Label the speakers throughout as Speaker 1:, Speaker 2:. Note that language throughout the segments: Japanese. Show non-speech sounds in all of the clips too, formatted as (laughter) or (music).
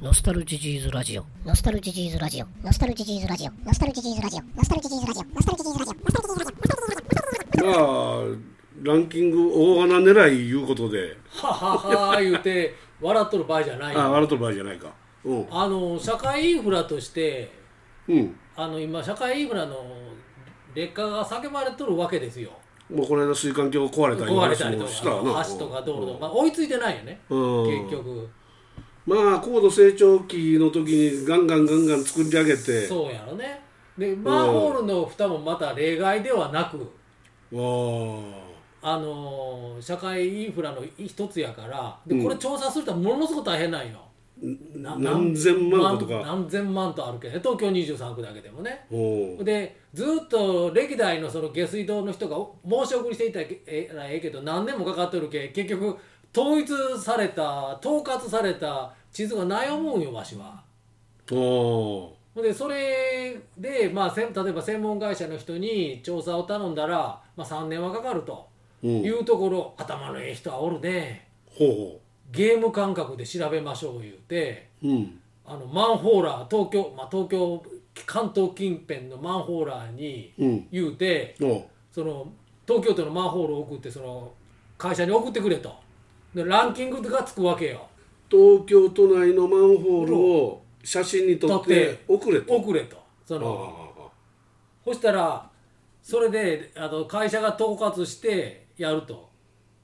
Speaker 1: ノスタルジジーズラジオ。
Speaker 2: ノスタルジジーズラジオ。ノスタルジジーズラジオ。ノスタルジジーズラジオ。ノスタルジジーズラジオ。ノスタルジジーズラジオ。ノスタルジジーズラジオ。
Speaker 3: まあランキング大穴狙いいうことで
Speaker 4: ははは言うて笑っとる場合じゃない
Speaker 3: あ笑っとる場合じゃないかうん
Speaker 4: あの社会インフラとして
Speaker 3: うん
Speaker 4: あの今社会インフラの劣化が叫ばれとるわけですよ
Speaker 3: もうこの間水管橋壊れたいう
Speaker 4: 壊れた
Speaker 3: 話
Speaker 4: りと
Speaker 3: もしたわ
Speaker 4: か
Speaker 3: な
Speaker 4: 橋とか道路とか追いついてないよね
Speaker 3: うん
Speaker 4: 結局
Speaker 3: まあ高度成長期の時にガンガンガンガン作り上げて
Speaker 4: そうやろねでマンホールの蓋もまた例外ではなく
Speaker 3: わ
Speaker 4: あの社会インフラの一つやからでこれ調査するとものすごく大変なんよ、
Speaker 3: あ
Speaker 4: な
Speaker 3: 何千万個と
Speaker 4: 何
Speaker 3: か
Speaker 4: 何千万とあるけどね東京23区だけでもね
Speaker 3: おう
Speaker 4: でずっと歴代のその下水道の人が申し送りしていたらええらええけど何年もかかってるけ結局統一された統括された地図がない思うよわしは。
Speaker 3: お
Speaker 4: ほんでそれで、まあ、せん例えば専門会社の人に調査を頼んだら、まあ、3年はかかると
Speaker 3: ううん
Speaker 4: い
Speaker 3: ほう
Speaker 4: うところ頭のええ人はおるね
Speaker 3: ほ
Speaker 4: ゲーム感覚で調べましょう言うて。
Speaker 3: ううん
Speaker 4: あのマンホーラー東京、まあ、東京関東近辺のマンホーラーに
Speaker 3: うん
Speaker 4: 言うて、
Speaker 3: おう
Speaker 4: その東京都のマンホールを送ってその会社に送ってくれとでランキングがつくわけよ
Speaker 3: 東京都内のマンホールを写真に撮っ
Speaker 4: 撮ってて
Speaker 3: 送れと
Speaker 4: 送れとその
Speaker 3: ああ
Speaker 4: そしたらそれであの会社が統括してやると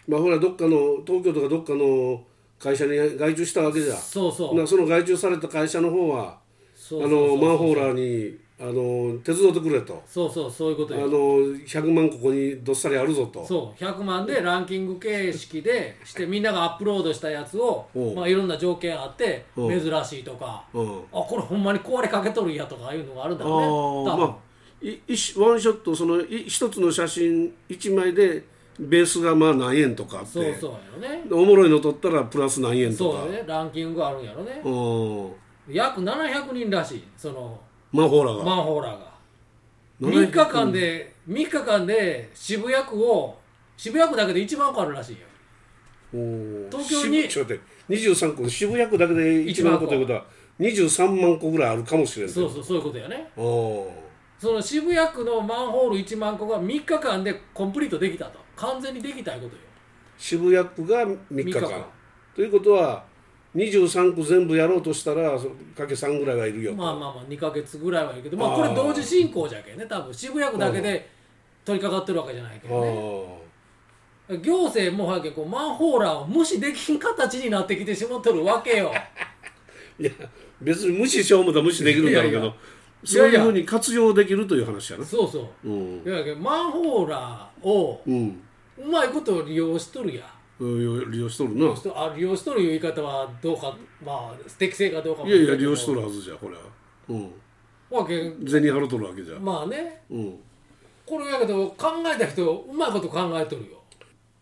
Speaker 3: まあほらどっかの東京とかどっかの会社に外注したわけじゃ
Speaker 4: そうそう
Speaker 3: なその外注された会社の方はあ
Speaker 4: そうそうそう
Speaker 3: のマンホーラーにあの手伝ってくれと
Speaker 4: そうそうそういうこ
Speaker 3: あ
Speaker 4: と
Speaker 3: の
Speaker 4: よ
Speaker 3: 100万ここにどっさりあるぞと
Speaker 4: そう100万でランキング形式でしてみんながアップロードしたやつを
Speaker 3: おう、
Speaker 4: まあ、いろんな条件あって
Speaker 3: おう
Speaker 4: 珍しいとかあ
Speaker 3: うん、
Speaker 4: これほんまに壊れかけとるんやとかいうのがあるんだ
Speaker 3: あ
Speaker 4: ろうね多
Speaker 3: あ
Speaker 4: 分
Speaker 3: まあい一ワンショットそのい一つの写真一枚でベースがまあ何円とかあって
Speaker 4: そうそうやろね
Speaker 3: でおもろいの撮ったらプラス何円と
Speaker 4: そう
Speaker 3: か
Speaker 4: だねランキングがあるんやろね
Speaker 3: う、ん
Speaker 4: 約700人らしいその
Speaker 3: マンホーラー
Speaker 4: マ
Speaker 3: が
Speaker 4: ンホーラーが
Speaker 3: 700
Speaker 4: 3日間で3日間で渋谷区を渋谷区だけで1万個あるらしいよ東
Speaker 3: 東
Speaker 4: 京に
Speaker 3: ちょっと待って23区渋谷区だけで1万個ということは23万個ぐらいあるかもしれない
Speaker 4: そうそうそういうことやね
Speaker 3: お
Speaker 4: その渋谷区のマンホール1万個が3日間でコンプリートできたと完全にできたいうことよ
Speaker 3: 渋谷区が3日間
Speaker 4: 三日間
Speaker 3: ということは23区全部やろうとしたらそかけ3ぐらいはいるよ、
Speaker 4: まあまあまあ2ヶ月ぐらいはいるけどまあ
Speaker 3: あー
Speaker 4: これ同時進行じゃけんね多分渋谷区だけで取り掛かってるわけじゃないけ
Speaker 3: あ
Speaker 4: どね行政もはけこうマンホーラーを無視できん形になってきてしまっとるわけ (laughs) よ
Speaker 3: ーいや別に無視しようもたら無視できるんだろうけど
Speaker 4: いやいや
Speaker 3: そう
Speaker 4: い
Speaker 3: い
Speaker 4: や
Speaker 3: うふ
Speaker 4: いや
Speaker 3: うに活用できるという話やな
Speaker 4: そうそううんいやけんマンホーラーを
Speaker 3: うん
Speaker 4: うまいこと利用しとるや
Speaker 3: 利用利用しとるな
Speaker 4: しとあ利用しとるいう言い方はどうかまあ適正かどうかも
Speaker 3: いやいや利用しと
Speaker 4: る
Speaker 3: るはずじゃこれはうん
Speaker 4: わけん
Speaker 3: 銭払うとるわけじゃ
Speaker 4: まあね
Speaker 3: うん
Speaker 4: これやけど考えた人うまいこと考えとるよ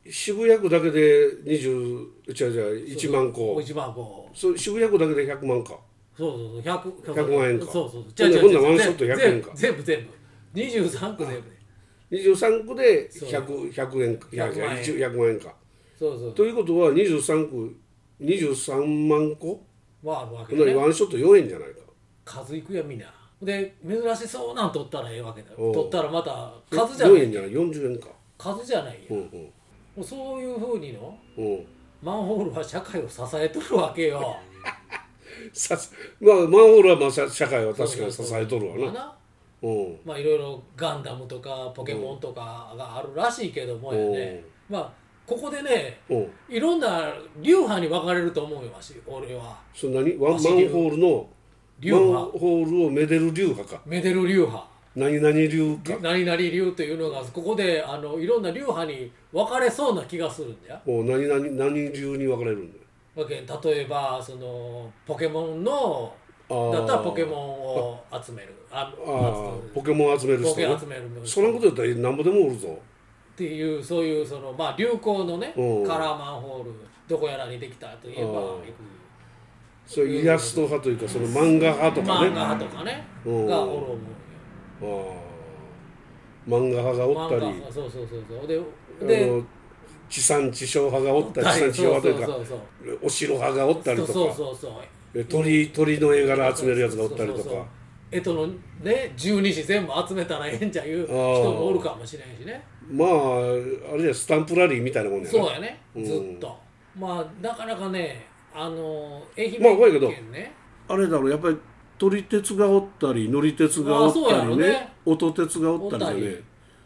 Speaker 3: 渋谷区だけで20違う違う1万個
Speaker 4: 1万個
Speaker 3: そう渋谷区だけで100万か
Speaker 4: そうそうそう100
Speaker 3: 100万円か
Speaker 4: そうそうそう
Speaker 3: ほんなら
Speaker 4: 違う
Speaker 3: ほんならワ
Speaker 4: 違う違う
Speaker 3: ンショット100円か
Speaker 4: 全部全部全部23区全部で
Speaker 3: 23区で
Speaker 4: そう
Speaker 3: 100, 100円か
Speaker 4: 100万円
Speaker 3: 100 100万円か
Speaker 4: そうそう
Speaker 3: ということは23区23万個
Speaker 4: はあるわ
Speaker 3: こ
Speaker 4: け
Speaker 3: んな
Speaker 4: ね
Speaker 3: にワンショット4円じゃないか
Speaker 4: 数いくやみんなで珍しそうなん取ったらええわけだよ
Speaker 3: おう
Speaker 4: 取ったらまた
Speaker 3: え
Speaker 4: 数じゃな
Speaker 3: 4円
Speaker 4: い
Speaker 3: じゃない40円か
Speaker 4: 数じゃないよ
Speaker 3: うん
Speaker 4: も
Speaker 3: うん
Speaker 4: うそういうふうにの
Speaker 3: うん
Speaker 4: マンホールは社会を支えとるわけよ
Speaker 3: さまあマンホールはまあ社社会は確かに支えとるわ
Speaker 4: か
Speaker 3: な
Speaker 4: な
Speaker 3: うん
Speaker 4: まあいろいろガンダムとかポケモンとかがあるらしいけどもやねまあここでね
Speaker 3: うん
Speaker 4: いろんな流派に分かれると思うよわし俺は
Speaker 3: そんなにワンマン
Speaker 4: 走
Speaker 3: ホー
Speaker 4: り流
Speaker 3: ルの
Speaker 4: 流
Speaker 3: マン
Speaker 4: 派
Speaker 3: ホールをめでる流派か
Speaker 4: めでる流派
Speaker 3: 何々流か
Speaker 4: 何々流というのがここであのいろんな流派に分かれそうな気がするんだよ
Speaker 3: お何々何流に分かれるんだよ
Speaker 4: わけ例えばそのポケモンの
Speaker 3: あー
Speaker 4: だったらポケモンを集めるあ
Speaker 3: あーポケモン集める
Speaker 4: ポ
Speaker 3: 人
Speaker 4: ケ
Speaker 3: ね
Speaker 4: 集める
Speaker 3: そんなことやったらなんぼでもおるぞ
Speaker 4: っていうそういうその、まあ、流行のね
Speaker 3: おう
Speaker 4: カラーマンホールどこやらにできたといえば
Speaker 3: おうそれイラスト派というかその漫画派とかね
Speaker 4: 漫画派とかね
Speaker 3: お
Speaker 4: が
Speaker 3: う
Speaker 4: おる思うよ
Speaker 3: あー漫画派がおった
Speaker 4: 漫画
Speaker 3: り
Speaker 4: 派そうそうそうそうで
Speaker 3: あ
Speaker 4: で
Speaker 3: の地産地消派がおったり地
Speaker 4: そ
Speaker 3: 産地消
Speaker 4: うそう
Speaker 3: 派という
Speaker 4: そう
Speaker 3: か
Speaker 4: そう
Speaker 3: お城派がおったり
Speaker 4: そうそう
Speaker 3: とか
Speaker 4: そうそう
Speaker 3: え鳥鳥の絵柄集めるやつがおったりと
Speaker 4: そうそうそう
Speaker 3: か
Speaker 4: えとのね十二支全部集めたらええんちゃいう人もおるかもしれんしね
Speaker 3: まああれやスタンプラリーみたいなもんやな
Speaker 4: そうやね
Speaker 3: うん
Speaker 4: ずっと、まあなかなかねあの愛媛
Speaker 3: まあ怖いけど
Speaker 4: 県ね、
Speaker 3: あれだろうやっぱり撮り鉄がおったり乗り鉄がおっ
Speaker 4: あそう
Speaker 3: た
Speaker 4: やろ
Speaker 3: り
Speaker 4: う
Speaker 3: ね
Speaker 4: ね
Speaker 3: 音鉄がおったりだ
Speaker 4: おっ
Speaker 3: ね
Speaker 4: たり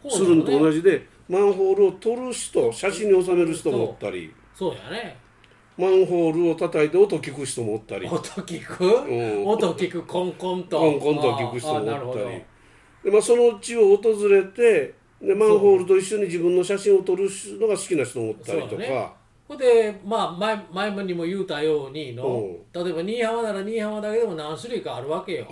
Speaker 4: こうだ
Speaker 3: す
Speaker 4: よ
Speaker 3: る
Speaker 4: ね
Speaker 3: のと同じでマンホールを撮る人写真に収める人もおったり
Speaker 4: そうやね
Speaker 3: マンホールを叩いて音聞く人もおったり
Speaker 4: 音聞く、
Speaker 3: うん
Speaker 4: 音聞くコンコンと
Speaker 3: コンコンと聞く人
Speaker 4: あー
Speaker 3: も
Speaker 4: なる
Speaker 3: おっ
Speaker 4: ほ
Speaker 3: た
Speaker 4: ど
Speaker 3: りで、まあ、その地を訪れてでマンホールと一緒に自分の写真を撮るのが好きな人もおったりと
Speaker 4: そう
Speaker 3: か、
Speaker 4: だねほんでまあ前前もにも言うたようにの例えば新居浜なら新居浜だけでも何種類かあるわけよ
Speaker 3: あー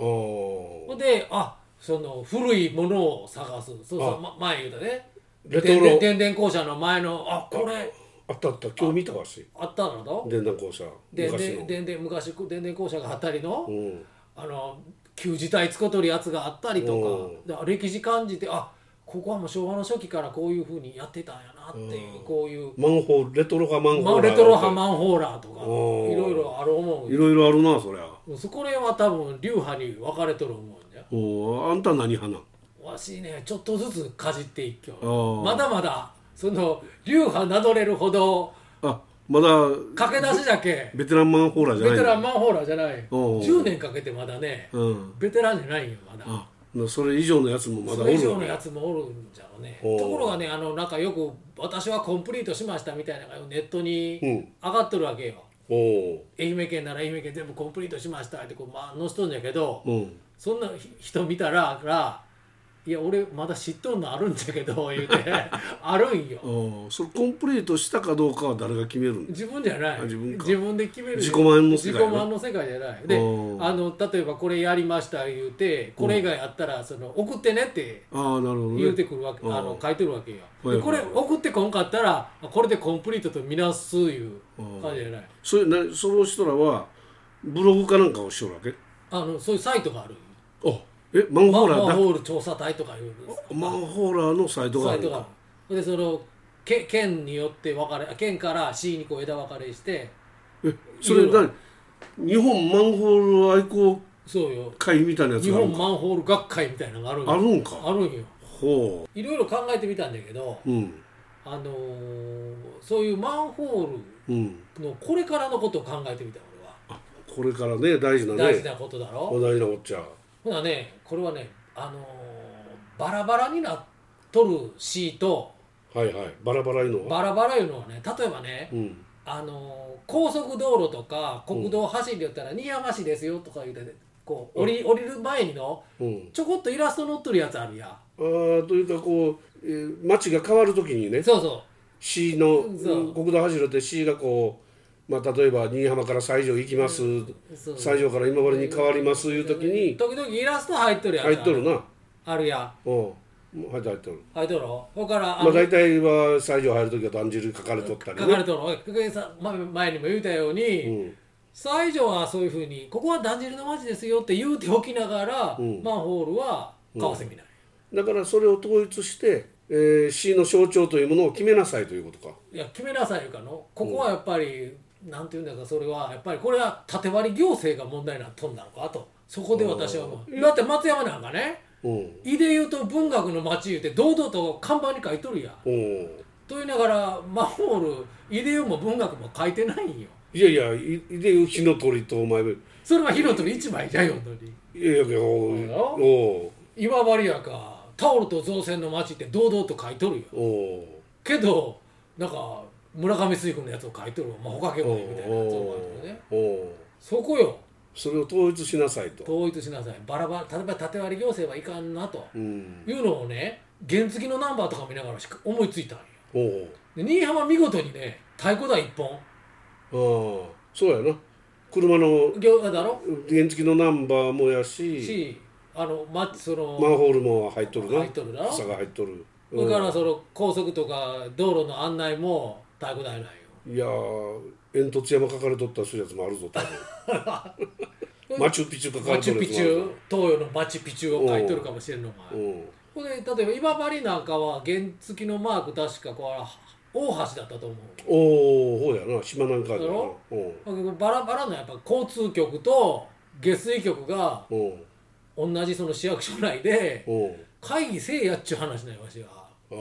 Speaker 4: ほんであその古いものを探すそうそ
Speaker 3: あ
Speaker 4: う、ま、前言うたね
Speaker 3: レトロ
Speaker 4: 電電校舎の前のあこれ
Speaker 3: あったあった今日見たわし
Speaker 4: あったのと
Speaker 3: 電弾校舎
Speaker 4: で
Speaker 3: 昔の、
Speaker 4: ででで昔電電校舎があったりの、
Speaker 3: うん、
Speaker 4: あの旧字体使うとるやつがあったりと
Speaker 3: う
Speaker 4: かだ歴史感じてあここはもう昭和の初期からこういうふうにやってたんやなっていう、
Speaker 3: うん
Speaker 4: こういう、
Speaker 3: マンホールレトロ派マン
Speaker 4: ま
Speaker 3: ホー
Speaker 4: あ、
Speaker 3: ル
Speaker 4: レトロ派マンホーラーと
Speaker 3: うん
Speaker 4: かいろいろある思
Speaker 3: いろいろあるなそりゃ
Speaker 4: うそこら辺は多分流派に分かれとる思うんじゃ
Speaker 3: おーあんた何派なん
Speaker 4: わしねちょっとずつかじっていっきょ
Speaker 3: うん
Speaker 4: まだまだその流派などれるほど
Speaker 3: あまだ
Speaker 4: 駆け出しだけ
Speaker 3: ベテランマンホーラーじゃな
Speaker 4: ベ
Speaker 3: い
Speaker 4: テラン
Speaker 3: ン
Speaker 4: マンホーラーじゃない
Speaker 3: うん
Speaker 4: 10年かけてまだね
Speaker 3: うん
Speaker 4: ベテランじゃないよまだ。
Speaker 3: あそれ以上のやつもまだ
Speaker 4: そ
Speaker 3: おる
Speaker 4: れ以上のやつもおるんじゃろうねと
Speaker 3: おう
Speaker 4: ころがねあのなんかよく「私はコンプリートしました」みたいなのがネットに
Speaker 3: うん
Speaker 4: 上がっとるわけよ、
Speaker 3: おお
Speaker 4: 愛媛県なら愛媛県全部コンプリートしましたってこう、まあ、載せとんじゃけど、
Speaker 3: ーうん
Speaker 4: そんなひ人見たらら「いや俺まだ知っとんのあるんじゃけど」 (laughs) 言うてあるんよ
Speaker 3: あーそれコンプリートしたかどうかは誰が決めるんだ
Speaker 4: 自分じゃない
Speaker 3: あ自分か
Speaker 4: で決める
Speaker 3: 自己満の世界
Speaker 4: 自己
Speaker 3: な
Speaker 4: 満の世界じゃないであ
Speaker 3: うん
Speaker 4: の例えばこれやりました言うてこれ以外あったらその送ってねって
Speaker 3: ああなるほどね
Speaker 4: 言うてくるわけ、
Speaker 3: うん
Speaker 4: あの書いてるわけよ、
Speaker 3: はい
Speaker 4: でこれ
Speaker 3: はい
Speaker 4: 送ってこんかったらこれでコンプリートとみなすいう感じじゃない、
Speaker 3: それなその人らはブログかなんかをしとるわけ
Speaker 4: あのそういうサイトがある
Speaker 3: あえマン
Speaker 4: マ
Speaker 3: ホー
Speaker 4: ン
Speaker 3: ラーだ
Speaker 4: ホール調査隊とかいう
Speaker 3: マンホーラーのサイトが
Speaker 4: サ
Speaker 3: あ
Speaker 4: イ
Speaker 3: る
Speaker 4: ト
Speaker 3: の
Speaker 4: がある
Speaker 3: か
Speaker 4: それでそのけ県によって分かれ県から C にこう枝分かれして
Speaker 3: えそれ何日本マンホール愛好
Speaker 4: そうよ
Speaker 3: 会みたいなやつ
Speaker 4: 日
Speaker 3: がある
Speaker 4: 本
Speaker 3: んか
Speaker 4: マンホール学会みたいなのがあるんよ
Speaker 3: あるんか
Speaker 4: あるんよ
Speaker 3: ほ
Speaker 4: いろいろ考えてみたんだけど、
Speaker 3: ううん
Speaker 4: あのーそういうマンホ
Speaker 3: うん
Speaker 4: ールのこれからのことを考えてみた俺は
Speaker 3: あこれからね大事なね
Speaker 4: 大事なことだろ、
Speaker 3: お大事なおっちゃん
Speaker 4: ほなねこれはねあのーバラバラになっとるシート
Speaker 3: はいはいバラバラいうのは
Speaker 4: バラバラいうのはね例えばね、
Speaker 3: うん
Speaker 4: あのー高速道路とか国道走りよったら新居浜市ですよとか言うて、ね、こう降り降りる前にの
Speaker 3: うん
Speaker 4: ちょこっとイラスト載っとるやつあるやん
Speaker 3: あーというかこう、えー街が変わるときにね
Speaker 4: そうそ
Speaker 3: C の
Speaker 4: そう
Speaker 3: 国道走るって C がこう、まあ、例えば新居浜から西条行きます、
Speaker 4: うそう
Speaker 3: 西条から今治に変わりますいうときに
Speaker 4: 時々イラスト入っとるやつあ
Speaker 3: 入っとるな
Speaker 4: あるやん
Speaker 3: うんもう入って入っとる
Speaker 4: 入っとるろほから
Speaker 3: ま
Speaker 4: あ
Speaker 3: あ
Speaker 4: の
Speaker 3: 大体は西条入るときはだんじり書かれとったり
Speaker 4: 書かれ
Speaker 3: ね
Speaker 4: とるおい久々さま前にも言うたように、
Speaker 3: うん
Speaker 4: 西条はそういうふうにここはだんじりの町ですよって言うておきながら、
Speaker 3: うん
Speaker 4: マンホールは買わせみない、
Speaker 3: だからそれを統一して、えー、C の象徴というものを決めなさいということか
Speaker 4: いや決めなさいいうかのここはやっぱり、なんていうんだかそれはやっぱりこれは縦割り行政が問題になっとんだろうかとそこで私はもうだって松山なんかね
Speaker 3: うん
Speaker 4: 井で言うと文学の町言うて堂々と看板に書いとるやん
Speaker 3: うん
Speaker 4: と言いながらマンホール井で言うも文学も書いてないんよ
Speaker 3: いやいやいでいう火の鳥とお前い
Speaker 4: それは火の鳥一枚じゃよのに
Speaker 3: やいやいやお
Speaker 4: そう
Speaker 3: う
Speaker 4: よ
Speaker 3: お
Speaker 4: 今治やかタオルと造船の町って堂々と書いとるよ
Speaker 3: うおう
Speaker 4: けどなんか村上水君のやつを書いてるまあほかけみたいなやつを書いてるね
Speaker 3: おお
Speaker 4: そこよ
Speaker 3: それを統一しなさいと、
Speaker 4: 統一しなさいバラバラ例えば縦割り行政はいかんなと
Speaker 3: うん、
Speaker 4: いうのをね原付のナンバーとか見ながらしか思いついたんよ
Speaker 3: おお
Speaker 4: で新居浜見事にね太鼓台一本
Speaker 3: ああそうやな車の
Speaker 4: 行だろ
Speaker 3: 原付のナンバーもやし
Speaker 4: しあのまその、
Speaker 3: マンホールも入っとるな
Speaker 4: 入っとるな
Speaker 3: 草が入っとる、
Speaker 4: それから
Speaker 3: う
Speaker 4: その高速とか道路の案内も太鼓台なんよ
Speaker 3: んいやー煙突山かかれとったらそういうやつもあるぞ
Speaker 4: (laughs)
Speaker 3: 多分マチュピチュかか
Speaker 4: マ
Speaker 3: れと
Speaker 4: チ
Speaker 3: る
Speaker 4: ュ
Speaker 3: やつも
Speaker 4: ピチ
Speaker 3: ある
Speaker 4: ュ東洋のマチュピチュを書いてるかもしれんのが
Speaker 3: うん
Speaker 4: これ例えば今治なんかは原付のマーク確かこう大橋だったと思う
Speaker 3: おおほうやな島なんかで
Speaker 4: だ
Speaker 3: な
Speaker 4: ろ
Speaker 3: おう
Speaker 4: バラバラのやっぱ交通局と下水局が
Speaker 3: おう
Speaker 4: 同じその市役所内で
Speaker 3: おう
Speaker 4: 会議せえやっちゅう話なんやわしは
Speaker 3: ああ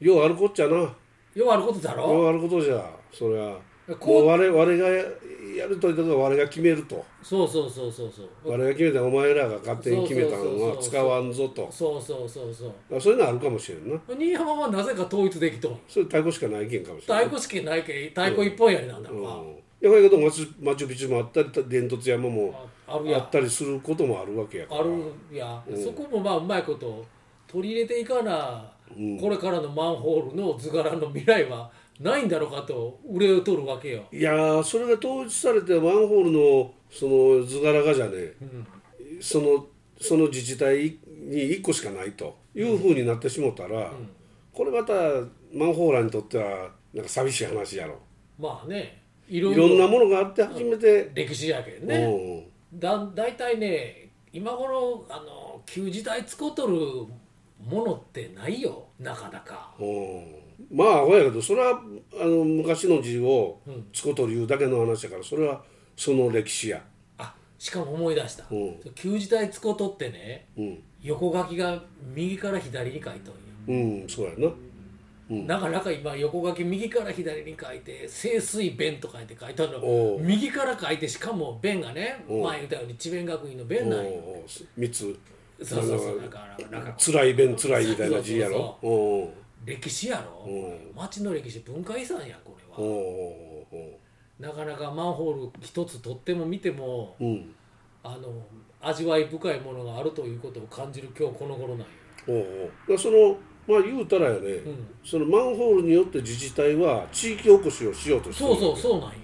Speaker 3: ようあるこっちゃなよ
Speaker 4: ようあることだ
Speaker 3: う
Speaker 4: ろ
Speaker 3: あることじゃそりゃ
Speaker 4: こ
Speaker 3: も
Speaker 4: う
Speaker 3: う我我がやるというとこは我が決めると
Speaker 4: そうそうそうそうそう
Speaker 3: 我が決めたお前らが勝手に決めたのは使わんぞと
Speaker 4: そうそうそうそう
Speaker 3: あそういうのはあるかもしれんな
Speaker 4: 新山はなぜか統一できとん
Speaker 3: それ太鼓しかない意見かもしれない
Speaker 4: 太鼓式ないけ太鼓一本やりなんだ
Speaker 3: うん、
Speaker 4: ろうな、
Speaker 3: やばいけどマチュマチュピチュもあったり伝突山も
Speaker 4: あある
Speaker 3: あ
Speaker 4: や
Speaker 3: ったりすることもあるわけやから
Speaker 4: あるや、そこもまあうまいこと取り入れていかな、
Speaker 3: うん
Speaker 4: これからのマンホールの図柄の未来はないんだろうかと憂いを取るわけよ、
Speaker 3: いやーそれが統一されてマンホールのその図柄がじゃね
Speaker 4: うん、
Speaker 3: そのその自治体に1個しかないというふうになってしもたら、これまたマンホーラーにとってはなんか寂しい話やろ
Speaker 4: まあねい
Speaker 3: い
Speaker 4: ろい
Speaker 3: ろんな
Speaker 4: ろ
Speaker 3: ものがあって初めて、
Speaker 4: 歴史やけん
Speaker 3: う
Speaker 4: ね
Speaker 3: ん
Speaker 4: だ大体ね今頃あの旧時代使うとるものってないよなかなか
Speaker 3: うんまあほやけどそれはあの昔の字を
Speaker 4: うん
Speaker 3: つことり言うだけの話やからそれはその歴史や、
Speaker 4: あしかも思い出した
Speaker 3: うん
Speaker 4: 旧時代使うとってね
Speaker 3: うん
Speaker 4: 横書きが右から左に書いとんよ
Speaker 3: うん、そうやなうん
Speaker 4: なかなか今横書き右から左に書いて「清水弁」と書いて書いた
Speaker 3: お
Speaker 4: の
Speaker 3: う
Speaker 4: 右から書いてしかも弁がね
Speaker 3: おう
Speaker 4: 前言ったように智弁学院の弁なんよ
Speaker 3: おうおう三つ
Speaker 4: そうそうそう
Speaker 3: なん
Speaker 4: だ
Speaker 3: か
Speaker 4: からなんか
Speaker 3: 辛い弁辛いみたいな字やろおう
Speaker 4: 歴史やろ
Speaker 3: おう
Speaker 4: 町の歴史文化遺産やこれ
Speaker 3: おう
Speaker 4: は
Speaker 3: おうおうお
Speaker 4: なかなかマンホール一つとっても見ても
Speaker 3: ううん
Speaker 4: あの味わい深いものがあるということを感じる今日この頃なんよ
Speaker 3: おうおうだからそのまあ言うたらやね、
Speaker 4: ん
Speaker 3: そのマンホールによって自治体は地域おこしをしようとしてる
Speaker 4: そうそうそうなんよ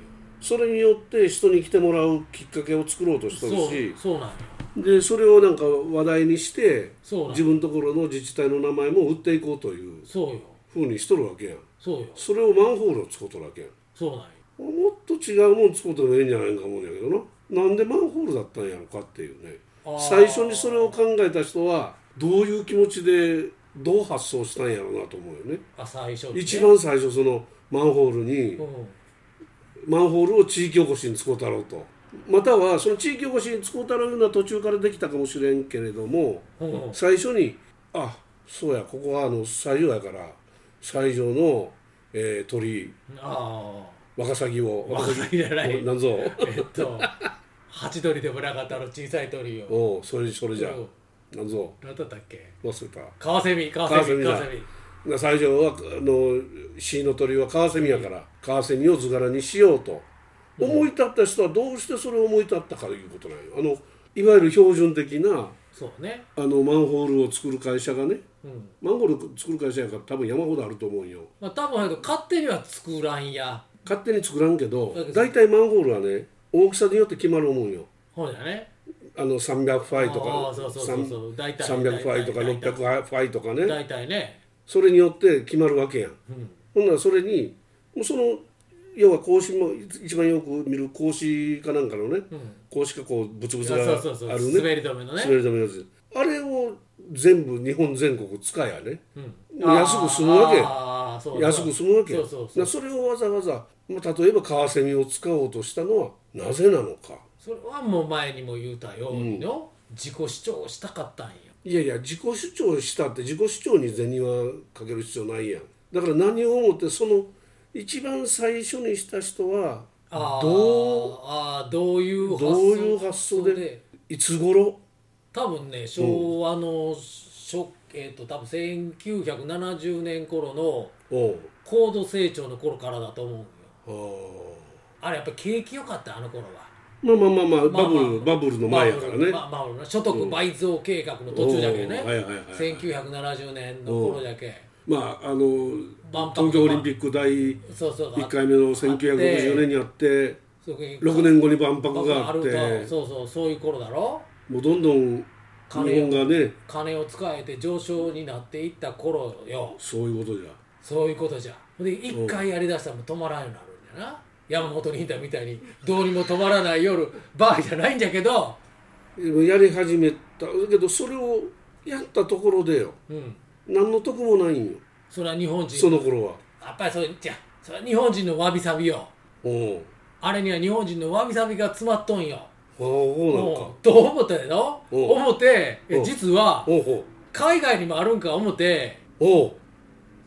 Speaker 3: それによって人に来てもらうきっかけを作ろうとしてる
Speaker 4: そう
Speaker 3: し
Speaker 4: そうなんよ
Speaker 3: でそれをなんか話題にして
Speaker 4: そうなん
Speaker 3: 自
Speaker 4: よ
Speaker 3: 分のところの自治体の名前も売っていこうという
Speaker 4: そうよ
Speaker 3: ふうにしとるわけやん
Speaker 4: そうよ
Speaker 3: それをマンホールを使うとるわけやん
Speaker 4: そうなんよ
Speaker 3: もっと違うもん使うともええんじゃないか思うんやけどななんでマンホールだったんやろかっていうね
Speaker 4: あー
Speaker 3: 最初にそれを考えた人はどういう気持ちでどう発想したんやろうなと思うよね
Speaker 4: あ最初にね
Speaker 3: 一番最初そのマンホールに
Speaker 4: うん
Speaker 3: マンホールを地域おこしに使うたろうとまたはその地域おこしに使うたろうのは途中からできたかもしれんけれども
Speaker 4: うん
Speaker 3: 最初にあそうやここはあの西条やから西条の、えー鳥
Speaker 4: あ
Speaker 3: ワカサギを
Speaker 4: あ、若いじゃな
Speaker 3: お
Speaker 4: い。
Speaker 3: なん
Speaker 4: (laughs)
Speaker 3: ぞ
Speaker 4: えっと、ハチドリでもなかったの小さい鳥よ。
Speaker 3: おうそれそれじゃ
Speaker 4: うん
Speaker 3: なんぞ
Speaker 4: 何だったっけ
Speaker 3: 忘れた
Speaker 4: カワセミ、カワセミ、
Speaker 3: カ
Speaker 4: カ
Speaker 3: ワ
Speaker 4: ワ
Speaker 3: セ
Speaker 4: セ
Speaker 3: ミ
Speaker 4: ミ。
Speaker 3: な最初はあの C の鳥はカワセミやからカワセミを図柄にしようと思い立った人はどうしてそれを思い立ったかということなんよあのいわゆる標準的な
Speaker 4: そうね。
Speaker 3: あのマンホールを作る会社がね
Speaker 4: うん。
Speaker 3: マンホール作る会社やから多分山ほどあると思うんよ
Speaker 4: まあ、多分やけど勝手には作らんや。
Speaker 3: 勝手に作らんけど
Speaker 4: そうです
Speaker 3: 大体マンホールはね大きさによって決まる思うんよ
Speaker 4: ほうだね。
Speaker 3: あの300ファイと
Speaker 4: ああそう
Speaker 3: か
Speaker 4: そうそうそう大体
Speaker 3: 300ファイとか
Speaker 4: 大体
Speaker 3: 600ファイとかね
Speaker 4: 大体ね。
Speaker 3: それによって決まるわけやん、
Speaker 4: ん
Speaker 3: ほんならそれにもうその要は格子も一番よく見る格子かなんかのね、格子かこうブツブツ
Speaker 4: そ
Speaker 3: が
Speaker 4: うそうそう。
Speaker 3: あるね
Speaker 4: 滑り止めのね。
Speaker 3: 滑り止めのやつあれを全部日本全国使えやね
Speaker 4: うん
Speaker 3: もう安く済むわけ
Speaker 4: ああ、そうだ
Speaker 3: 安く済むわけ
Speaker 4: そ
Speaker 3: や
Speaker 4: うそうそ
Speaker 3: な
Speaker 4: う。
Speaker 3: それをわざわざまあ例えばカワセミを使おうとしたのはなぜなのか
Speaker 4: それはもう前にも言うたようにの、自己主張をしたかったんよ。
Speaker 3: いやいや自己主張したって自己主張に銭はかける必要ないやんだから何を思ってその一番最初にした人は
Speaker 4: ああ
Speaker 3: どう
Speaker 4: ああどういう発想
Speaker 3: どういう発想でいつ頃
Speaker 4: 多分ね昭和の、しょえっ、と多分1970年頃の
Speaker 3: おう
Speaker 4: 高度成長の頃からだと思うよ
Speaker 3: あ
Speaker 4: あれやっぱ景気良かったあの頃は
Speaker 3: ーまあまあまあまあ
Speaker 4: まあ
Speaker 3: バブルバブルの前やからね
Speaker 4: まあまあまあ所得倍増計画の途中じゃ
Speaker 3: う
Speaker 4: けね、
Speaker 3: んはいはいはいはい
Speaker 4: 1970年の頃じゃけ
Speaker 3: まああの
Speaker 4: 万博
Speaker 3: 東京オリンピック第
Speaker 4: そうそう
Speaker 3: 1回目の1960年にあって
Speaker 4: そういう
Speaker 3: 6年後に万博
Speaker 4: が
Speaker 3: が
Speaker 4: あ
Speaker 3: あっ
Speaker 4: る
Speaker 3: て
Speaker 4: とそうそうそういう頃だろ
Speaker 3: もうどんどん日本がね
Speaker 4: 金を使えて上昇になっていった頃よ
Speaker 3: そういうことじゃ
Speaker 4: そういうことじゃで一回やりだしたらもう止まらんようになるんだよな山本リンダみたいにどうにも止まらない夜バーじゃないんだけど
Speaker 3: でもやり始めただけどそれをやったところでよ
Speaker 4: うん
Speaker 3: 何の得もないんよ
Speaker 4: それは日本人
Speaker 3: その頃は
Speaker 4: やっぱりそれじゃそれは日本人のわびさびよ
Speaker 3: うん
Speaker 4: あれには日本人のわびさびが詰まっとんよ
Speaker 3: ああそうなんか
Speaker 4: もうどう思ったやろ
Speaker 3: うん
Speaker 4: 思ってえ
Speaker 3: うん
Speaker 4: 実は
Speaker 3: おうほう
Speaker 4: 海外にもあるんか思って
Speaker 3: おう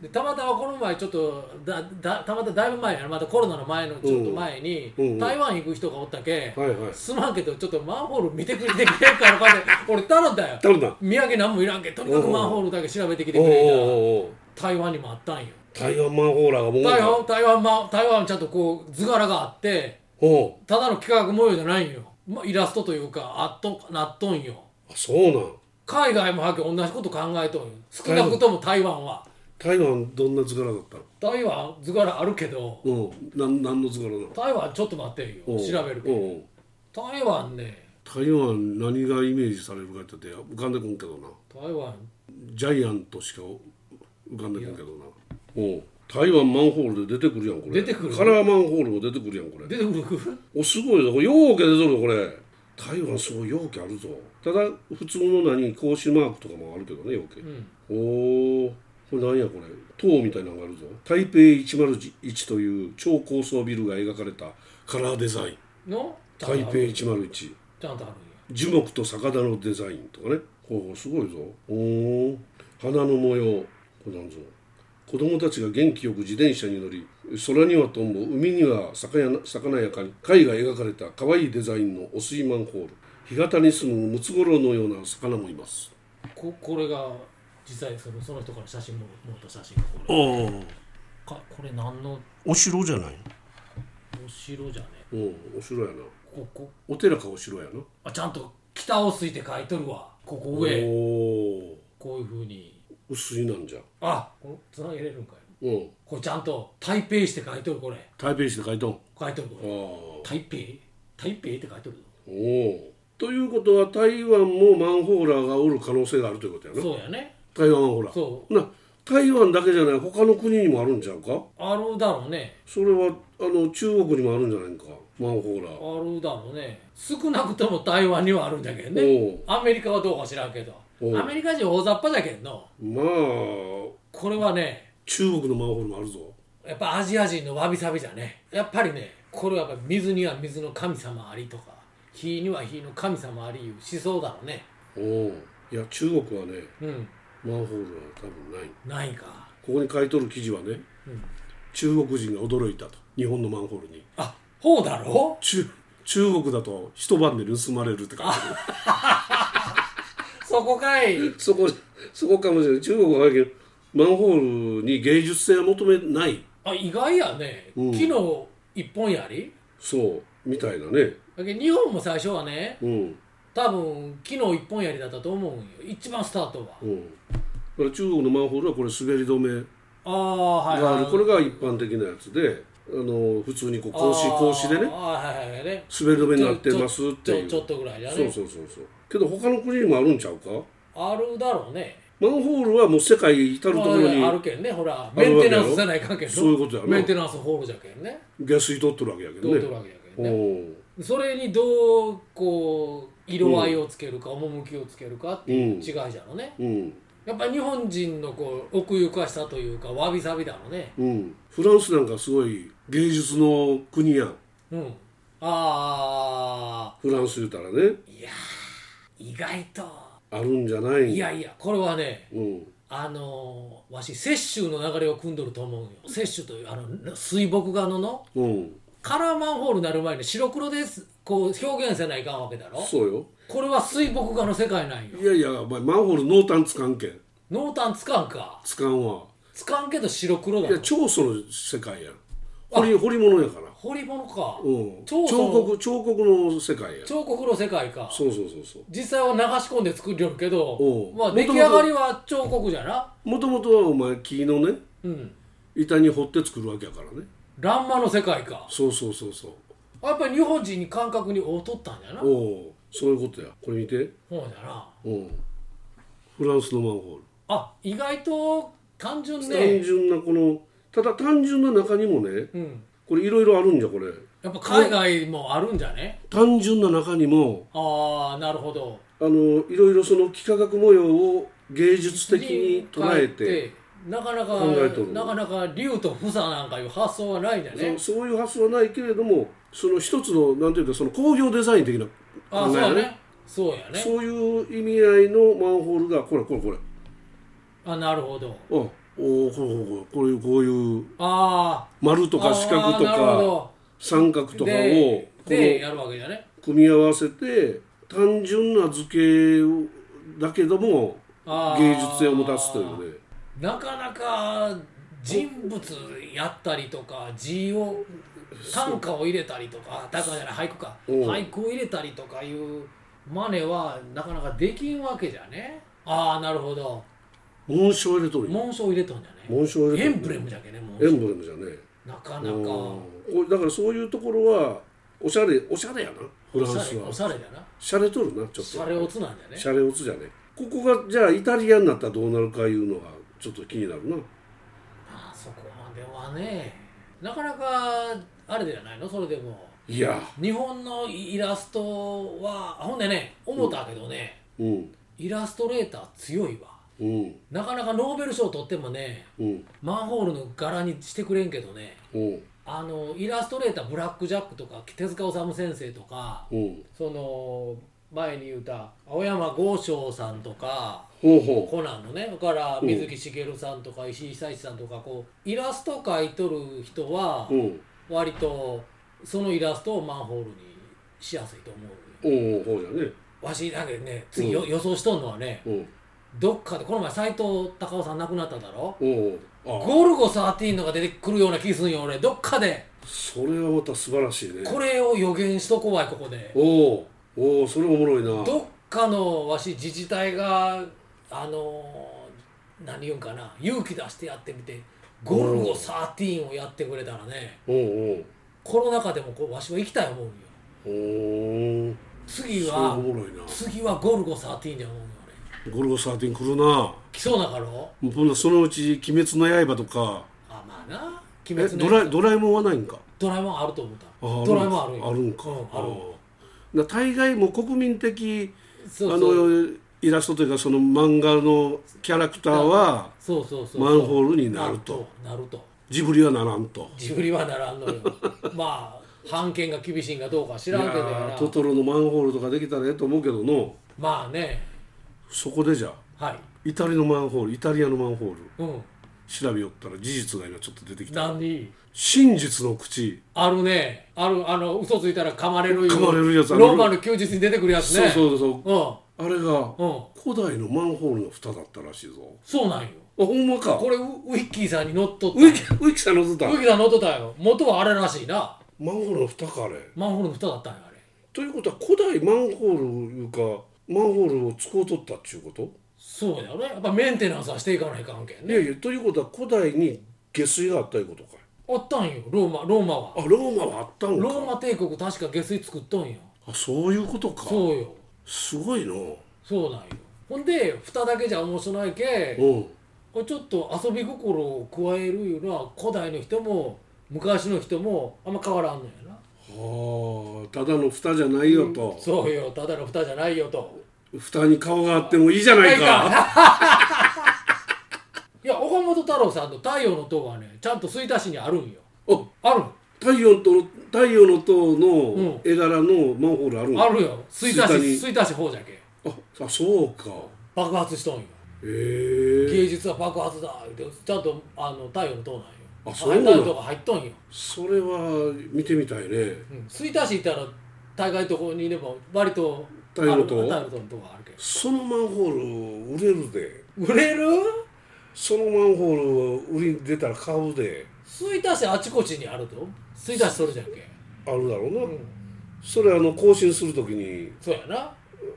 Speaker 4: でたまたまこの前ちょっとだだたまたまだいぶ前やなまたコロナの前のちょっと前に
Speaker 3: うんうん
Speaker 4: 台湾行く人がおったけ、
Speaker 3: はいはい
Speaker 4: すまんけどちょっとマンホール見てくれてくれんからかって俺頼んだよ
Speaker 3: 頼んだ
Speaker 4: 土産なんもいらんけどとにかくマンホールだけ調べてきて
Speaker 3: おう
Speaker 4: く
Speaker 3: お
Speaker 4: れ
Speaker 3: う
Speaker 4: な
Speaker 3: おうおう
Speaker 4: 台湾にもあったんよ
Speaker 3: 台湾マンホーラーがもう
Speaker 4: 台湾台湾マン台湾ちゃんとこう図柄があって
Speaker 3: おう
Speaker 4: ただの企画模様じゃないんよ、まあ、イラストというかあっとなっとんよ
Speaker 3: あそうなん
Speaker 4: 海外もはっきり同じこと考えとんよ少なくとも台湾は
Speaker 3: 台湾どんな図柄だった
Speaker 4: 台湾図柄あるけど
Speaker 3: のうんなん何の図柄なの
Speaker 4: 台湾ちょっと待ってよ
Speaker 3: おう
Speaker 4: 調べるけ
Speaker 3: お
Speaker 4: ど
Speaker 3: うおう
Speaker 4: 台湾ね
Speaker 3: 台湾何がイメージされるかって言って浮かんでくんけどな
Speaker 4: 台湾
Speaker 3: ジャイアントしか浮かんでくんけどなおう台湾マンホールで出てくるやんこれ
Speaker 4: 出てくる
Speaker 3: カラーマンホールも出てくるやんこれ
Speaker 4: 出てくる
Speaker 3: おすごいぞこれようけ出とるぞこれ台湾すごいようけあるぞただ普通の何格子マークとかもあるけどねようけ、
Speaker 4: ん
Speaker 3: おおこれなんやこれ塔みたいなのがあるぞ台北101という超高層ビルが描かれたカラーデザイン
Speaker 4: のちゃんと
Speaker 3: 台
Speaker 4: あ
Speaker 3: 北
Speaker 4: る
Speaker 3: 101
Speaker 4: ちゃんとあるんや
Speaker 3: 樹木と魚のデザインとかねほうすごいぞおー花の模様これなんぞ子供たちが元気よく自転車に乗り空にはトンボ海には魚や魚やかに貝が描かれた可愛いデザインのお水マンホール干潟に住むムツゴロウのような魚もいます
Speaker 4: ここれが実際そのその人から写真も持った写真がこれ
Speaker 3: ああ
Speaker 4: かこれ何の
Speaker 3: お城じゃない
Speaker 4: お城じゃね
Speaker 3: うんお城やな
Speaker 4: ここ
Speaker 3: お寺かお城やな
Speaker 4: あちゃんと北をすいて書いとるわここ
Speaker 3: お
Speaker 4: 上
Speaker 3: お
Speaker 4: こういうふうに
Speaker 3: 薄いなんじゃ
Speaker 4: あこのつなげれるんかい
Speaker 3: うん
Speaker 4: これちゃんと台北市って書いとるこれ
Speaker 3: 台北市で書いとんあ
Speaker 4: 書いとるこ
Speaker 3: あ
Speaker 4: れ台北台北って書いとる
Speaker 3: おおということは台湾もマンホーラーがおる可能性があるということや
Speaker 4: ぞ
Speaker 3: な
Speaker 4: そうやね
Speaker 3: 台湾マンホーラー
Speaker 4: そう
Speaker 3: な台湾だけじゃない他の国にもあるんちゃうか
Speaker 4: あるだろうね
Speaker 3: それはあの中国にもあるんじゃないかマンホーラ
Speaker 4: あ
Speaker 3: ー
Speaker 4: るだろうね少なくとも台湾にはあるんだけどね
Speaker 3: お
Speaker 4: アメリカはどうか知らんけど
Speaker 3: おう
Speaker 4: アメリカ人大雑把だけど
Speaker 3: おま
Speaker 4: の
Speaker 3: あ
Speaker 4: これはね
Speaker 3: 中国のマンホールもあるぞ
Speaker 4: やっぱアジア人のわびさびじゃねやっぱりねこれはやっぱ水には水の神様ありとか火には火の神様ありいう思想だろうね
Speaker 3: おおいや中国はね
Speaker 4: うん
Speaker 3: マンホールは多分ない
Speaker 4: ないか
Speaker 3: ここに書いとる記事はね、中国人が驚いたと日本のマンホールに
Speaker 4: あほうだろ
Speaker 3: 中中国だと一晩で盗まれるって書いてある
Speaker 4: そこかい
Speaker 3: そこそこかもしれない中国はだけどマンホールに芸術性は求めない
Speaker 4: あ意外やね
Speaker 3: うん
Speaker 4: 木の一本やり
Speaker 3: そうみたいなね
Speaker 4: だけど日本も最初はね
Speaker 3: うん
Speaker 4: 多分木の一本やりだったと思うんよ一番スタートは
Speaker 3: うんだから中国のマンホールはこれ滑り止め
Speaker 4: ああはい
Speaker 3: があ
Speaker 4: はい
Speaker 3: るこれが一般的なやつであの普通にこう格子格子で
Speaker 4: あ
Speaker 3: ね
Speaker 4: ーはいはいはいね
Speaker 3: 滑り止めになってますっていう
Speaker 4: ち
Speaker 3: そう
Speaker 4: ょちょちょっとぐらいだね
Speaker 3: そうそうそうけど他の国にもあるんちゃうか
Speaker 4: あるだろうね
Speaker 3: マンホールはもう世界至る
Speaker 4: まあ
Speaker 3: 所に
Speaker 4: あるけんねほら
Speaker 3: あ
Speaker 4: メ
Speaker 3: る
Speaker 4: ン
Speaker 3: わけ
Speaker 4: テ
Speaker 3: やろ
Speaker 4: ナンスじゃないかんけど
Speaker 3: そういうことやろ
Speaker 4: メンテナンスホールじゃけんね
Speaker 3: 下水取っとるわけやけ
Speaker 4: どう取
Speaker 3: ど
Speaker 4: る
Speaker 3: ね
Speaker 4: わけや
Speaker 3: お
Speaker 4: けんね
Speaker 3: う
Speaker 4: それにどうこう色合いをつけるか、趣をつけるかっていう違いじゃろうね、
Speaker 3: うん
Speaker 4: やっぱり日本人のこう奥ゆかしさというかわびさびだろうね
Speaker 3: うんフランスなんかすごい芸術の国やん
Speaker 4: うんああ
Speaker 3: フランス言うたらね
Speaker 4: いやー意外と
Speaker 3: あるんじゃない
Speaker 4: いやいやこれはね
Speaker 3: うん
Speaker 4: あのーわし雪舟の流れを組んどると思うよ雪舟というあの水墨画のの
Speaker 3: うん
Speaker 4: カラーマンホールになる前に白黒ですこう表現せないかんわけだろ
Speaker 3: そうよ
Speaker 4: これは水墨画の世界なんよ
Speaker 3: いやいやお前マンホール濃淡つかんけん
Speaker 4: 濃淡つかんか
Speaker 3: つかんわ
Speaker 4: つかんけど白黒だ
Speaker 3: いや
Speaker 4: ろ
Speaker 3: 長素の世界やん彫り彫り物やから
Speaker 4: 彫り物か、
Speaker 3: うん
Speaker 4: 彫
Speaker 3: 彫
Speaker 4: 塑
Speaker 3: 刻彫刻の世界やん
Speaker 4: 彫刻の世界か
Speaker 3: そうそうそうそう
Speaker 4: 実際は流し込んで作りよるけど
Speaker 3: おう
Speaker 4: まあ
Speaker 3: もと
Speaker 4: 出
Speaker 3: もと
Speaker 4: 来上がりは彫刻じゃな
Speaker 3: もともとはお前木のね
Speaker 4: うん
Speaker 3: 板に掘って作るわけやからね
Speaker 4: 欄間の世界か
Speaker 3: そうそうそうそう
Speaker 4: やっぱり日本人に感覚に劣ったんじゃな
Speaker 3: お
Speaker 4: そう
Speaker 3: おそういうことやこれ見て
Speaker 4: じゃな
Speaker 3: うんフランスのマンホ
Speaker 4: あ意外と単純
Speaker 3: ール、単
Speaker 4: ね
Speaker 3: 純なこのただ単純な中にもね
Speaker 4: うん
Speaker 3: これいろいろあるんじゃこれ
Speaker 4: やっぱ海外もあるんじゃね
Speaker 3: 単純な中にも
Speaker 4: ああなるほど
Speaker 3: あのいろいろその幾何学模様を芸術的に捉えて
Speaker 4: なかなか
Speaker 3: 考えとる
Speaker 4: なかなか竜と房なんかいう発想はないんだよね
Speaker 3: そうそういう発想はないけれどもその一つのなんていうかその工業デザイン的な
Speaker 4: あ
Speaker 3: 考
Speaker 4: そう
Speaker 3: えだ
Speaker 4: や
Speaker 3: ね
Speaker 4: ねそうやね
Speaker 3: そういう意味合いのマンホールがこれこれこれ
Speaker 4: あなるほど
Speaker 3: あおおーこれこれこれこういうこういう
Speaker 4: ああ
Speaker 3: 丸とか四角と
Speaker 4: あーなるほ
Speaker 3: か
Speaker 4: ど
Speaker 3: 三角とかを
Speaker 4: で
Speaker 3: こ
Speaker 4: で
Speaker 3: の
Speaker 4: やるわけだね
Speaker 3: 組み合わせて単純な図形だけども
Speaker 4: あー
Speaker 3: 芸術性を持たすというね
Speaker 4: なかなか人物やったりとか字を短歌を入れたりとか短歌じゃない俳句か
Speaker 3: うん
Speaker 4: 俳句を入れたりとかいう真似はなかなかできんわけじゃねああなるほど
Speaker 3: 紋章入れとるよ
Speaker 4: 紋章を入れとんじゃね
Speaker 3: 紋章入れと
Speaker 4: エ
Speaker 3: る
Speaker 4: ンブレムじゃけね紋
Speaker 3: エ
Speaker 4: 章
Speaker 3: ンブレムじゃね
Speaker 4: なかな
Speaker 3: うん
Speaker 4: か
Speaker 3: これだからそういうところはおしゃれおしゃれやなフラ
Speaker 4: お
Speaker 3: ンス
Speaker 4: しゃれ
Speaker 3: は
Speaker 4: おしゃれだな
Speaker 3: しゃれとるなちょっと
Speaker 4: シャレオツなんじゃね
Speaker 3: シャレオツじゃねここがじゃあイタリアになったらどうなるかいうのがちょっと気になるな
Speaker 4: あそこまではねなかなかあれじゃないのそれでも
Speaker 3: いや
Speaker 4: 日本のイラストはほんでね思ったけどね、
Speaker 3: うん
Speaker 4: イラストレーター強いわ
Speaker 3: うん
Speaker 4: なかなかノーベル賞取ってもね
Speaker 3: うん
Speaker 4: マンホールの柄にしてくれんけどね
Speaker 3: うん
Speaker 4: あのイラストレーターブラック・ジャックとか手塚治虫先生とか
Speaker 3: うん
Speaker 4: その前に言うた青山剛昌さんとか
Speaker 3: ほうほ
Speaker 4: コナンのねだから水木しげるさんとか石井久一さんとかこうイラスト描いとる人は
Speaker 3: ううん
Speaker 4: 割とそのイラストをマンホールにしやすいと思うよ
Speaker 3: おうほうじゃね
Speaker 4: わしだけどね次よ、予想しとんのはね
Speaker 3: うん
Speaker 4: どっかでこの前斎藤隆夫さん亡くなっただろ
Speaker 3: おうあ
Speaker 4: ゴルゴ13のが出てくるような気するんよ俺どっかで
Speaker 3: それはまた素晴らしいね
Speaker 4: これを予言しとこわいここで
Speaker 3: おうおうそれおもろいな
Speaker 4: どっかのわし自治体があのー何言うんかな勇気出してやってみてゴルゴ13をやってくれたらね
Speaker 3: おう
Speaker 4: コロナ禍でもこうわしは行きたい思うんよ
Speaker 3: おうおう
Speaker 4: 次
Speaker 3: それお
Speaker 4: は
Speaker 3: もろいな
Speaker 4: 次はゴルゴ13じゃ思うよ俺
Speaker 3: ゴルゴ13来るな
Speaker 4: 来そうだからあ
Speaker 3: もうほんならそのうち「鬼滅の刃」とか
Speaker 4: まあな
Speaker 3: え
Speaker 4: 鬼滅
Speaker 3: ド
Speaker 4: の
Speaker 3: ラ
Speaker 4: 刃
Speaker 3: ドラえもんはないんか
Speaker 4: ドラえもんあると思った
Speaker 3: あ
Speaker 4: ドラえもんあるよ
Speaker 3: あるんか、
Speaker 4: うんある
Speaker 3: るな大概もう国民的
Speaker 4: そうそう
Speaker 3: あのイラストというかその漫画のキャラクターは
Speaker 4: そうそうそう
Speaker 3: マンホールになると
Speaker 4: なると
Speaker 3: ジブリはならんと
Speaker 4: ジブリはなら
Speaker 3: (laughs)
Speaker 4: んのよまあ判権が厳しいんかどうか知らんけどや
Speaker 3: いや
Speaker 4: な
Speaker 3: ートトロのマンホールとかできたらええと思うけどの
Speaker 4: まあね
Speaker 3: そこでじゃあ
Speaker 4: はい
Speaker 3: イタリアのマンホールイタリアのマンホール
Speaker 4: うん
Speaker 3: 調べよったら事実が今ちょっと出てきた
Speaker 4: 何
Speaker 3: 真実の口、
Speaker 4: あるねあるあの嘘ついたら噛まれるいう
Speaker 3: 噛まれるやつあの
Speaker 4: ローマの休日に出てくるやつ
Speaker 3: そう
Speaker 4: ね
Speaker 3: そううそうあれが
Speaker 4: んうん
Speaker 3: 古代のマンホールの蓋だったらしいぞ
Speaker 4: そうなんよ
Speaker 3: あほんまか
Speaker 4: これウウィッキーさんに乗っとった
Speaker 3: ウイキウイキさんのずた
Speaker 4: ウィッキーさん乗っとったよ元はあれらしいな
Speaker 3: マンホールの蓋かあれ
Speaker 4: マンホールの蓋だったんよあれ
Speaker 3: ということは古代マンホールいうかマンホールを使うとったっちゅうこと
Speaker 4: そうだよねやっぱメンテナンスはしていかない関係
Speaker 3: い
Speaker 4: ね
Speaker 3: やいやということは古代に下水があったいうことかい
Speaker 4: あったんよローマローマは
Speaker 3: あローマはあったんか
Speaker 4: ローマ帝国確か下水作っとんよ
Speaker 3: あそういうことか
Speaker 4: そうよ
Speaker 3: すごいの
Speaker 4: そうなんよほんで蓋だけじゃ面白いけ
Speaker 3: うん
Speaker 4: これちょっと遊び心を加えるいうのは古代の人も昔の人もあんま変わらんのやな
Speaker 3: はあただの蓋じゃないよと、
Speaker 4: そうよただの蓋じゃないよと
Speaker 3: 蓋に顔があってもいいじゃないか
Speaker 4: いや岡本太郎さんの「太陽の塔」はねちゃんと吹田市にあるんよ
Speaker 3: あ
Speaker 4: あるん
Speaker 3: 太陽と太陽の塔
Speaker 4: うん
Speaker 3: の絵柄のマンホールあるん
Speaker 4: あるよ吹田
Speaker 3: 吹田
Speaker 4: 市
Speaker 3: に
Speaker 4: 吹田市方じゃけ
Speaker 3: ああそうか
Speaker 4: 爆発しとんよ
Speaker 3: へえ
Speaker 4: 芸術は爆発だってちゃんとあの太陽の塔なんよ
Speaker 3: あそうなん
Speaker 4: 太陽の塔が入っとんよ、
Speaker 3: それは見てみたいね
Speaker 4: うん、吹田市行ったら大概とこにいれば割と
Speaker 3: 太陽の塔
Speaker 4: ある太陽の塔のとこあるけど
Speaker 3: そのマンホール売れるで
Speaker 4: 売れる
Speaker 3: そのマンホールを売りに出たら買うで
Speaker 4: 吹田市あちこちにあると吹田市それじゃんけ、
Speaker 3: あるだろうな、
Speaker 4: うん、
Speaker 3: それあの更新するときに
Speaker 4: そうやな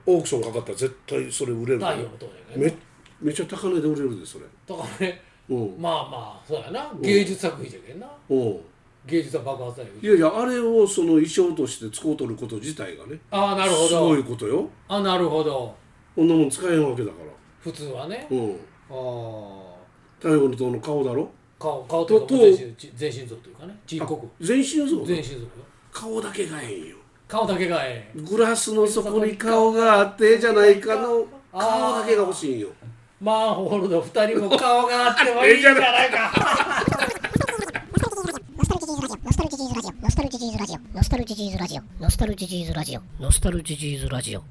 Speaker 3: オークションかかったら絶対それ売れるで
Speaker 4: 太陽の塔じゃんけ
Speaker 3: めめっちゃ高値で売れるでそれ
Speaker 4: だからね
Speaker 3: うん
Speaker 4: まあまあそうやな芸術作品じゃけんな
Speaker 3: うん
Speaker 4: 芸術は爆発だよ
Speaker 3: いやいやあれをその衣装として使うとること自体がね
Speaker 4: ああなるほ
Speaker 3: すご
Speaker 4: ど
Speaker 3: いことよ
Speaker 4: あなるほど
Speaker 3: こんなもん使えんわけだから
Speaker 4: 普通はね
Speaker 3: うん
Speaker 4: ああ
Speaker 3: 太陽の塔の顔だろ
Speaker 4: 顔顔というか
Speaker 3: と
Speaker 4: もう全身ち全身像というかねちっこく
Speaker 3: あ全身像
Speaker 4: 全身像よ
Speaker 3: 顔だけがええんよ
Speaker 4: 顔だけがええ
Speaker 3: グラスの底に顔があってじゃないかの顔だけが欲しいんよ
Speaker 4: マンホールの2人も顔があってもいいじゃないか
Speaker 2: ノスタルジーズラジオノスタルジーズラジオノスタルジーズラジオノスタルジーズラジオノスタルジーズラジオノスタルジーズラジオノスタルジーズラジオ